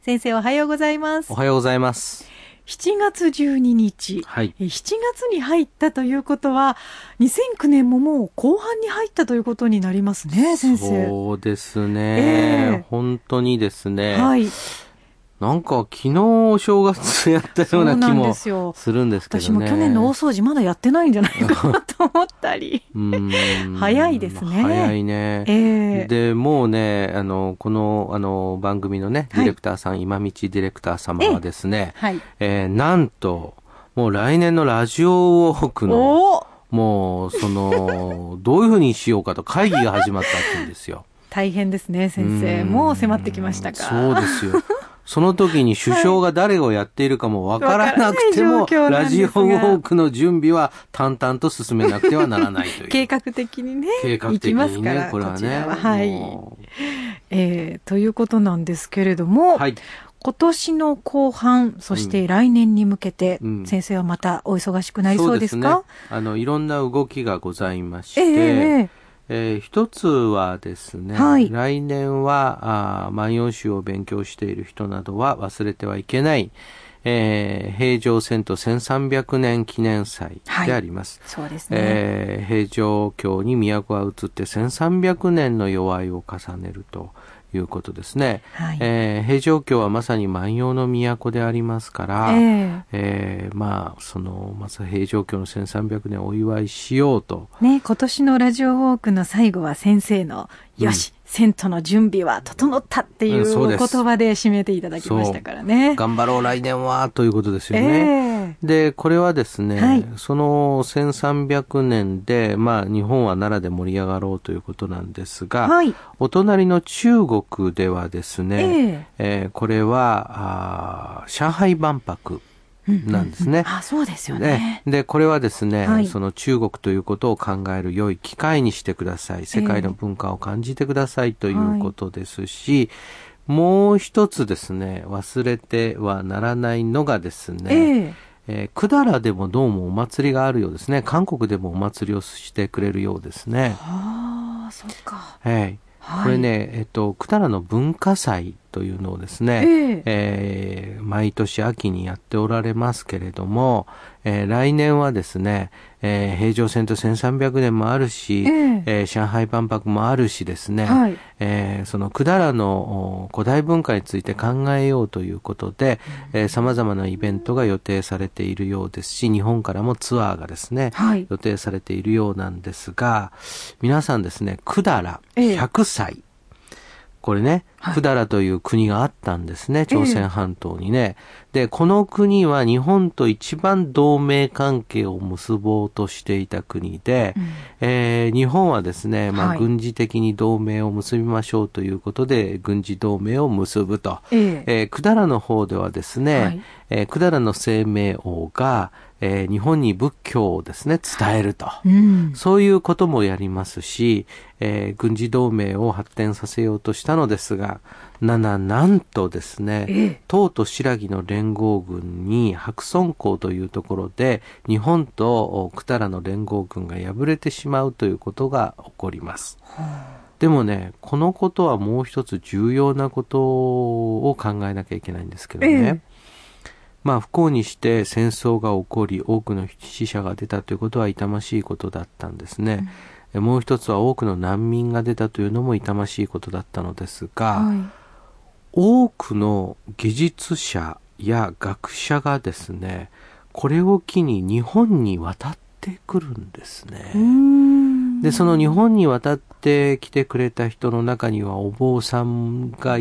先生おはようございます。おはようございます。 7月12日、はい、7月に入ったということは、2009年ももう後半に入ったということになりますね、先生。そうですね。えー、本当にですね。はい。なんか昨日お正月やったような気もするんですけど、ね、私も去年の大掃除まだやってないんじゃないかなと思ったり早いですね早い ね、えー、でもうねあのこのあの番組のねディレクターさん、はい、今道ディレクター様はですね、えー、はいえー、なんともう来年のラジオウォークのもうそのどういうふうにしようかと会議が始まったんですよ大変ですね先生もう迫ってきましたかそうですよその時に首相が誰をやっているかもわからなくても、はい、ラジオウォークの準備は淡々と進めなくてはならないとい う。計画的にね。計画的にね。ねこれはね。は,はい。えー、ということなんですけれども、はい、今年の後半、そして来年に向けて、うん、先生はまたお忙しくなりそうですか、うん、そうですね。あの、いろんな動きがございまして、えーえー、一つはですね、はい、来年はあ万葉集を勉強している人などは忘れてはいけない、えー、平城遷都1300年記念祭であります。はい、そうですね、えー、平城京に都は移って1300年の齢を重ねると。いうことですね、はい、えー、平城京はまさに万葉の都でありますから、えー、えー、まあそのまず平城京の1300年お祝いしようと。ね今年のラジオウォークの最後は先生の「よし、うん銭湯の準備は整ったっていうお言葉で締めていただきましたからね。うん、頑張ろう来年はということですよね。えー、で、これはですね、はい、その1300年で、まあ日本は奈良で盛り上がろうということなんですが、はい、お隣の中国ではですね、えー、えー、これはあ上海万博。なんですね。うんうんうん、あ、そうですよね。で、これはですね、はい、その中国ということを考える良い機会にしてください。世界の文化を感じてくださいということですし、えーはい、もう一つですね、忘れてはならないのがですね、えー、えー、くだらでもどうもお祭りがあるようですね。韓国でもお祭りをしてくれるようですね。ああ、そっか。はい。これね、えっと、くたらの文化祭というのをですね、えー、えー、毎年秋にやっておられますけれども、えー、来年はですね、えー、平城遷都1300年もあるし、えー、えー、上海万博もあるしですね、はい、えー、その百済の古代文化について考えようということで、うん、えー、様々なイベントが予定されているようですし、日本からもツアーがですね、はい、予定されているようなんですが、皆さんですね、百済100歳。えーこれね、百済という国があったんですね、はい、朝鮮半島にね、ええ、で、この国は日本と一番同盟関係を結ぼうとしていた国で、うん、えー、日本はですね、まあ、軍事的に同盟を結びましょうということで、はい、軍事同盟を結ぶと。ええー、百済の方ではですね、はい、えー、百済の生命王が、えー、日本に仏教をですね、伝えると、はいうん、そういうこともやりますし、えー、軍事同盟を発展させようとしたのですが、なな、なんとですね、唐と新羅の連合軍に白村港というところで、日本と久多良の連合軍が敗れてしまうということが起こります。でもね、このことはもう一つ重要なことを考えなきゃいけないんですけどね。えーまあ不幸にして戦争が起こり多くの死者が出たということは痛ましいことだったんですね。うん、もう一つは多くの難民が出たというのも痛ましいことだったのですが、はい、多くの技術者や学者がですね、これを機に日本に渡ってくるんですね。で、その日本に渡ってきてくれた人の中にはお坊さんが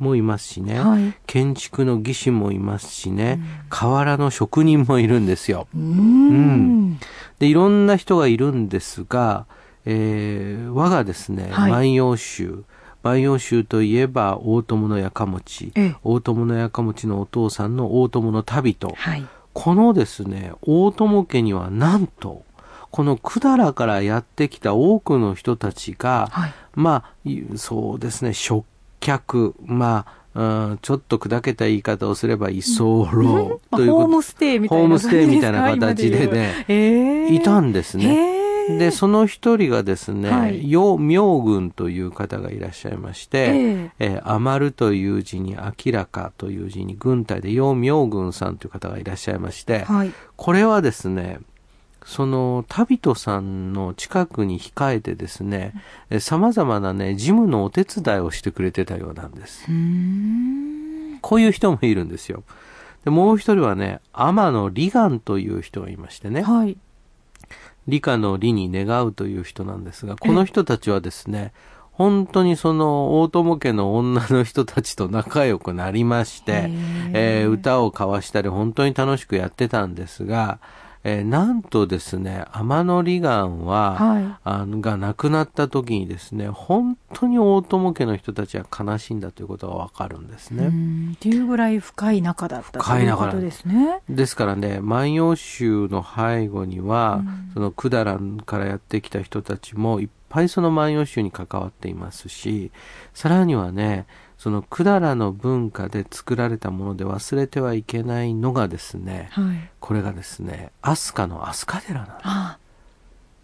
もいますしね、はい、建築の技師もいますしね、うん、瓦の職人もいるんですよ。うん,うんで、いろんな人がいるんですが、えー、我がですね、はい、万葉集、万葉集といえば大友のやかもち、ええ大友のやかもちのお父さんの大友の旅と、はい。このですね、大友家にはなんと、この百済からやってきた多くの人たちが、はい。まあ、いそうですね、食客、まあ、うんちょっと砕けた言い方をすれば、居候まあというホーこムステイみと、たいホーな感ムじスですかテイみたいな形で。ね、いたんんですね。へね。ーで、、その一人がですね、はいよ明軍という方がいらっしゃいまして、えええー余るという字に明らかという字に軍隊で陽明軍さんという方がいらっしゃいまして、はい。これはですね、その、旅人さんの近くに控えてですね、えー様々なね、事務のお手伝いをしてくれてたようなんです。うーん。こういう人もいるんですよ。でもう一人はね、天野利願という人がいましてね、はい。理科の理に願うという人なんですが、この人たちはですね、本当にその大友家の女の人たちと仲良くなりまして、えー歌を交わしたり本当に楽しくやってたんですが、えーなんとですね、天野利願は、はあのが亡くなった時にですね、本当に大友家の人たちは悲しんだということがわかるんですい。ね。ね。っていうぐらい深い仲だったとい深いう仲こだとですね。ですからね、万葉集の背後には、うんその百済からやってきた人たちもいっぱいその万葉集に関わっていますし、さらにはね、その百済の文化で作られたもので忘れてはいけないのがですね、はい。これがですね、飛鳥の飛鳥寺なんです。ああ。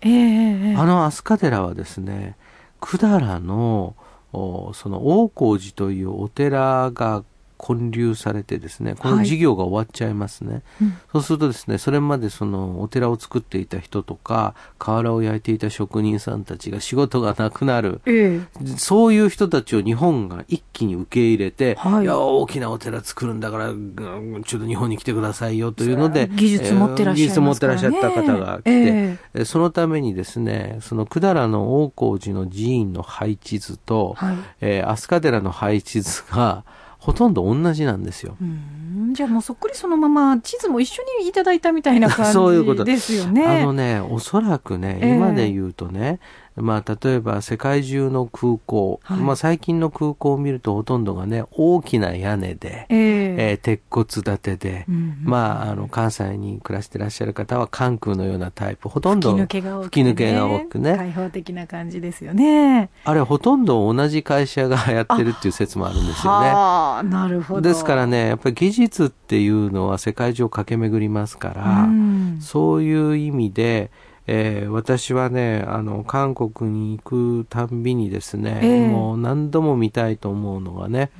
ええええあの飛鳥寺はですね、百済の、おその王光寺というお寺が建立されてですね、こはのい事業が終わっちゃいますね。うんそうするとですね、それまでそのお寺を作っていた人とか、瓦を焼いていた職人さんたちが仕事がなくなる。ええそういう人たちを日本が一気に受け入れて、はいいや、大きなお寺作るんだから、うんちょっと日本に来てくださいよというので、技術持ってらっしゃいますからねえー技術持ってらっしゃった方が来て、ええーそのためにですね、その百済の王光寺の寺院の配置図と、はい。えー飛鳥寺の配置図がほとんど同じなんですよ。うーんじゃあもうそっくりそのまま地図も一緒にいただいたみたいな感 そういうこじとですよね。あのね、おそらくね、ええ今で言うとね、まあ、例えば世界中の空港、はいまあ、最近の空港を見るとほとんどがね、大きな屋根で、えええー鉄骨建てで、うんまあ、あの、関西に暮らしてらっしゃる方は関空のようなタイプ、ほとん吹きど抜、けが多く、ね、吹き抜けが多くね開放的な感じですよね。あれほとんど同じ会社がやってるっていう説もあるんですよね。はあ、なるほど。、ですかららね、やっぱり技術っていうのは世界中を駆け巡りますから、うん、そういう意味で、えー私はね、あの、韓国に行くたんびにですね、ええもう何度も見たいと思うのがね、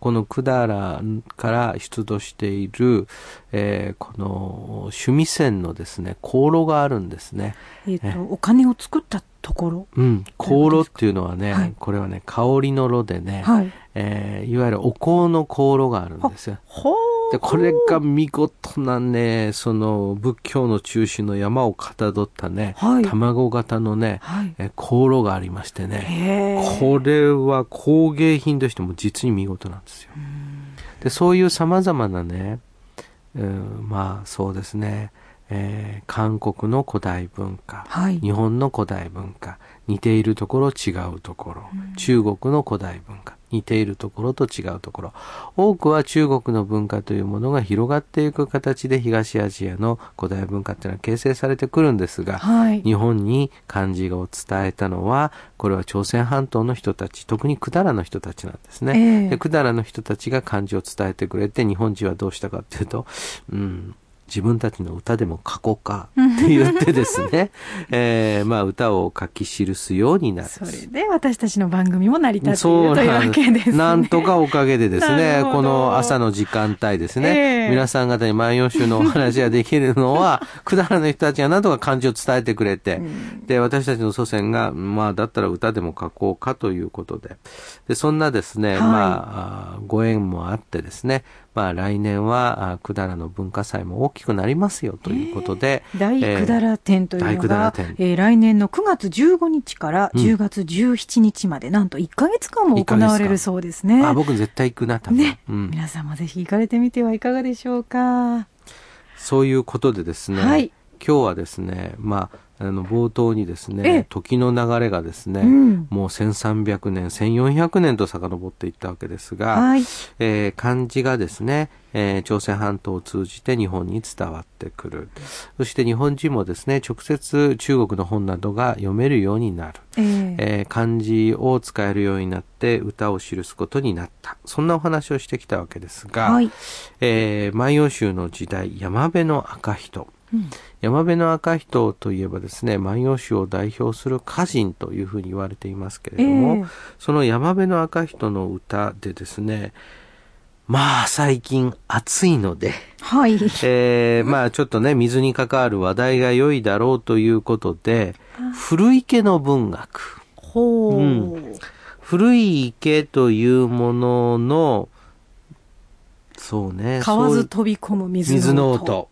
この百済から出土している、えーこの趣味線のですね、香炉があるんですね。えっ、と、お金を作ったところ。うん、香炉っていうのはね、はいこれはね、香りの炉でね、はい。えーいわゆるお香の香炉があるんですよ。ほう。で、これが見事なね、その仏教の中心の山をかたどったね、はい。卵型のね、はい。え香炉がありましてね、へえ。これは工芸品としても実に見事なんですよ。で、そういう様々なね、うん、まあそうですね、えー韓国の古代文化、はい。日本の古代文化、似ているところ違うところ、中国の古代文化、似ているところと違うところ、多くは中国の文化というものが広がっていく形で東アジアの古代文化っていうのは形成されてくるんですが、はい。日本に漢字を伝えたのは、これは朝鮮半島の人たち、特に百済の人たちなんですね。ええで、百済の人たちが漢字を伝えてくれて、日本人はどうしたかっていうと、うん、自分たちの歌でも書こうかって言ってで すね、えーまあ歌を書き記すようになる。それで私たちの番組も成り立っていそうるというなわんけですね。なんとかおかげでで すなねる、ほどこの朝の時間帯ですね、ええ皆さん方に万葉集のお話ができる のは、くだらの人たちが何とか漢字を伝えてくれて、で、私たちの祖先が、まあ、だったら歌でも書こうかということで、で、そんなですね、はいまああー、ご縁もあってですね、まあ、来年は、あーくだらの文化祭も大きくなりますよということで、大くだら展という大の百が済、展えー来年の9月15日からうん10月17日まで、なんと1ヶ月間も1行ヶ月間われるそうですね。あ、僕絶対行くな、多分。ねうん。皆さんもぜひ行かれてみてはいかがでしょうか。そういうことでですね、はい。今日はですね、まあ、あの冒頭にですええね、時の流れがですね、うんもう1300年、1400年と遡っていったわけですが、はい。えー漢字がですね、えー朝鮮半島を通じて日本に伝わってくる。そして日本人もですね、直接中国の本などが読めるようになる。えーえー漢字を使えるようになって歌を記すことになった。そんなお話をしてきたわけですが、はい。えー万葉集の時代、山辺の赤人。うん山辺の赤人といえばですね、万葉集を代表する歌人というふうに言われていますけれども、ええその山辺の赤人の歌でですね、まあ最近暑いので、 はい。えーまあちょっとね、水に関わる話題が良いだろうということで、古池の文学。ほう。うん古い池というものの、そうね。川そういずう飛び込む水の音。水の音。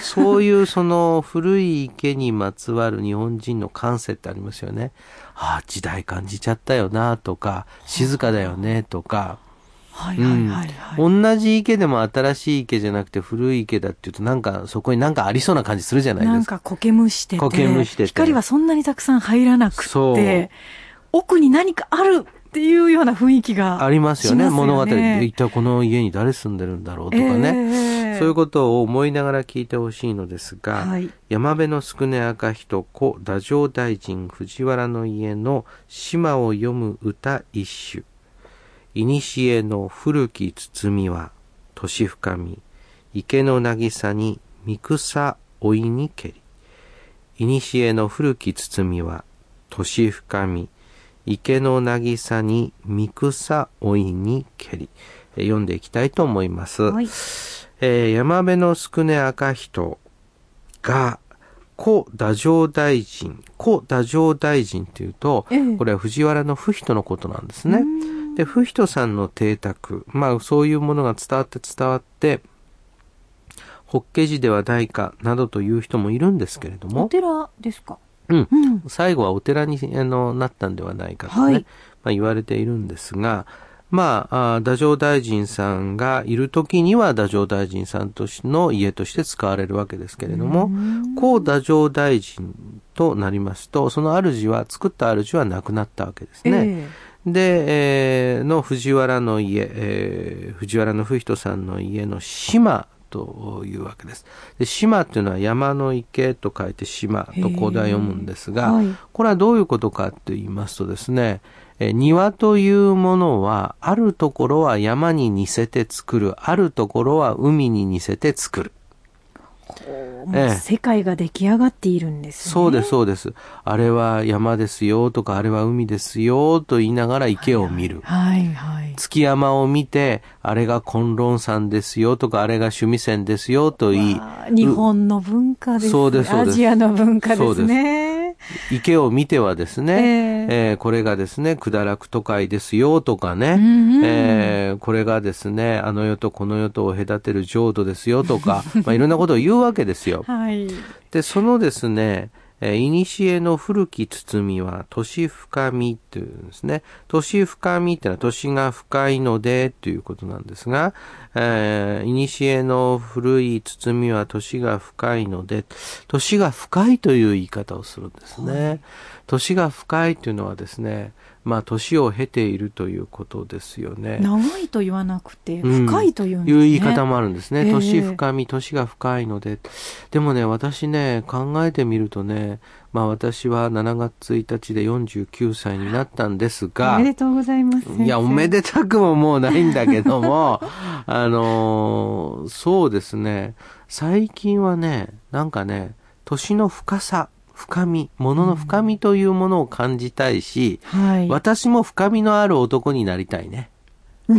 そういうその古い池にまつわる日本人の感性ってありますよね。 ああ、時代感じちゃったよなとか、静かだよねとか、はいはういんはいはい。同じ池でも新しい池じゃなくて古い池だっていうとなんかそこになんかありそうな感じするじゃないなでんすか。か苔むしてて苔むしてて光はそんなにたくさん入らなくそてう、奥に何かあるっていうような雰囲気がありますよね。し物語で一体この家に誰住んでるんだろうとかえね。えそういうことを思いながら聞いてほしいのですが、はい山辺の宿根赤人子太政大臣藤原の家の島を読む歌一首。いにしえの古き包みは、年深み、池の渚に三草追いにけり。いにしえの古き包みは、年深み、池の渚に三草追いにけり。えー読んでいきたいと思います。はいえー山辺の宿根赤人が、古太政大臣、古太政大臣っていうと、ええこれは藤原の不人のことなんですね。うんで、不人さんの邸宅、まあそういうものが伝わって伝わって、法華寺ではないかなどという人もいるんですけれどおも、寺ですかうんう、ん。最後はお寺にあのなったんではないかとね、はいまあ、言われているんですが、まあ、あー太政大臣さんがいる時には太政大臣さんとしの家として使われるわけですけれども、高太政大臣となりますと、その主は、作った主は亡くなったわけですね。えで、えーの藤原の家、えー藤原の不人さんの家の島というわけです。で島というのは山の池と書いて島とこうでは読むんですえが、これはどういうことかと言いますとですね、えー庭というものは、あるところは山に似せて作る、あるところは海に似せて作る。こうもうええ世界が出来上がっているんですね。そうです、そうです。あれは山ですよとか、あれは海ですよと言いながら池を見る。はいはい。月山を見て、あれが崑論山ですよとか、あれが趣味線ですよと言い、わあ日本の文化ですねそうですそうアですジアの文化ですね。池を見てはですね、ええーこれがですね、下落都会ですよとかね、んうんえーこれがですね、あの世とこの世とを隔てる浄土ですよ とか、まあ、いろんなことを言うわけですよ。はい。で、そのですね、えー、古の古き包みは、年深みというんですね。年深みってのは、年が深いので、ということなんですが、えー、古の古い包みは、年が深いので、年が深いという言い方をするんですね。年が深いというのはですね、まあ、年を経ているということですよね。長いと言わなくて、うん深いというんですいね。う言い方もあるんですね。ええ年深み、年が深いので。でもね、私ね、考えてみるとね、まあ私は7月1日で49歳になったんですが、おめでとうございます。いや、おめでたくももうないんだけども、 あのーそうですね、最近はね、なんかね、年の深さ、深み、物の深みというものを感じたいし、はい。私も深みのある男になりた いね。うん。い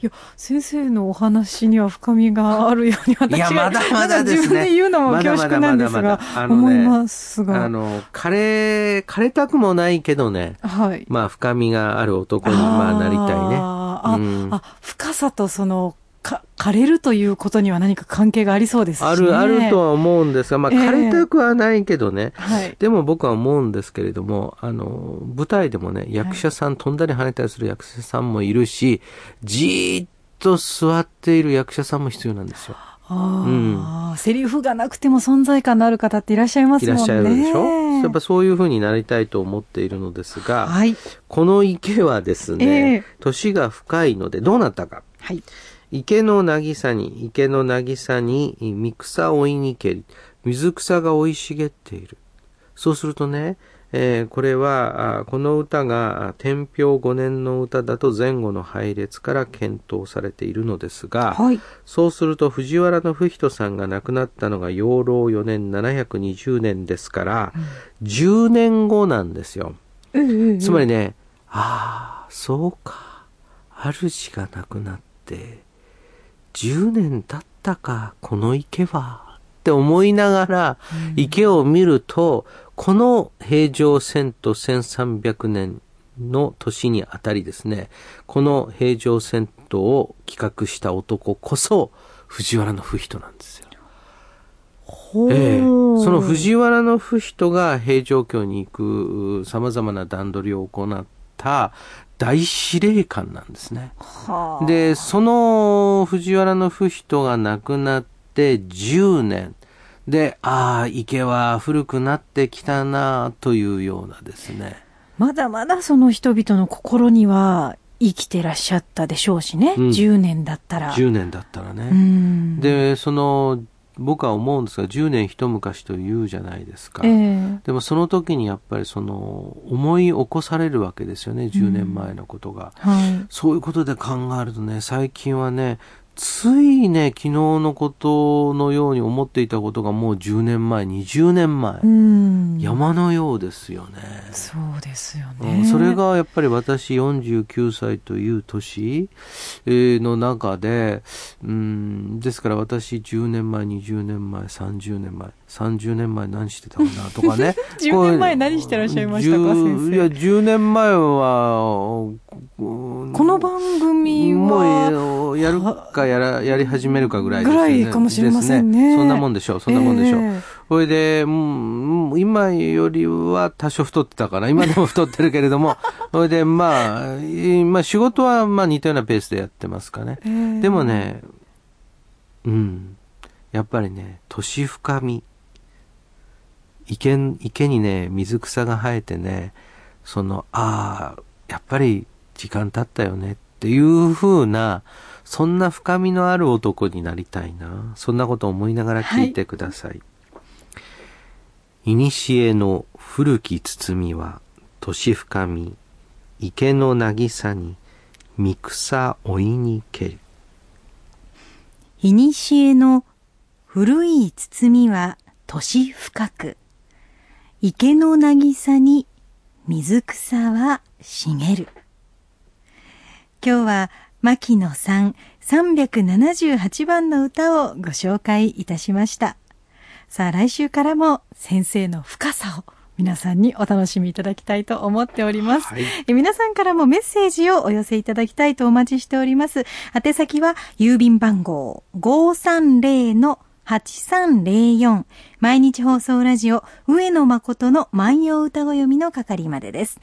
や、先生のお話には深みがあるように、私いやがまだまだですね自分で言うのも恐縮なんですまだまがだまだまだあ、のね思いますあが。の、枯れ、枯れたくもないけどね、はい。まあ深みがある男にまあなりたあーあ、うんあ、深さとその、か、枯れるということには何か関係がありそうですしね。いね。ある、あると。は思うんですが、まあええ枯れたくはないけどね。はい。でも僕は思うんですけれども、あの、舞台でもね、役者さん、飛んだり跳ねたりする役者さんもいるし、じーっと座っている役者さんも必要なんですよ。あああ、セリフがなくても存在感のある方っていらっしゃいますいもんらっね。しゃるでしょ、やっぱそういうふうになりたいと思っているのですが、はい。この池はですえねえ、年が深いのでどうなったか。はい。池の渚に、池の渚に、三草追いにけり、水草が生い茂っている。そうするとね、えーこれは、あこの歌が、あ天平5年の歌だと前後の配列から検討されているのですが、はい。そうすると藤原の不人さんが亡くなったのが養老4年720年ですから、10年後なんですよ。うんうんうんつまりね、ああ、そうか。主が亡くなって、10年経ったか、この池は。って思いながら、池を見ると、この平常1000と1300年の年にあたりですね、この平常1000を企画した男こそ、藤原の不人なんですよ。ほうええ、その藤原の不人が平城京に行く様々な段取りを行った大司令官なんですね。はあで、その藤原の不人が亡くなって10年。で、ああ、池は古くなってきたなというようなですね。まだまだその人々の心には生きてらっしゃったでしょうしね。うん10年だったら。 10年だったらね。うん。で、その、僕は思うんですが、10年一昔というじゃないですか。ええでもその時にやっぱりその思い起こされるわけですよね10年前のことが、はい。そういうことで考えるとね最近はねついね昨日のことのように思っていたことがもう10年前20年前、うん。山のようですよね、そうですようね。ん、それ、がやっぱり私49歳という年えーの中で、うん、ですから私10年前、20年前、30年前、30年前何してたかなと かね。 10年前何してらっしゃいましたか、 10先生。いや、10年前は、うんこの番組は、もうやるかやら、やり始めるかぐらいですよね。ぐらいかもしれませんねですそんなもんでしょう、そんなもんでしょう。ええそれで、うんうん今よりは多少太ってたかな。今でも太ってるけれども、それで、まあ、いまあ仕事はまあ似たようなペースでやってますかね。ええでも、ね、うん、やっぱりね、年深み。池ん、池にね、水草が生えてね、その、ああ、やっぱり時間経ったよねっていう風な、そんな深みのある男になりたいな。そんなことを思いながら聞いてください。いにしえの古き包みは、年深み、池の渚に、三草追いにけり。いにしえの古い包みは年深く、池の渚に水草は茂る。今日は牧野さん378番の歌をご紹介いたしました。さあ来週からも先生の深さを皆さんにお楽しみいただきたいと思っております。はいえ皆さんからもメッセージをお寄せいただきたいとお待ちしております。宛先は郵便番号530-8304毎日放送ラジオ上野誠の万葉歌子読みの係までです。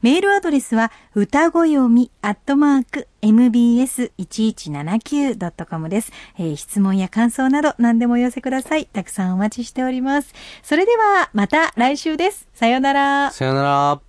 メールアドレスは歌子読みアットマーク mbs1179.com です、えー質問や感想など何でもお寄せください。たくさんお待ちしております。それではまた来週です。さようなら。さよなら。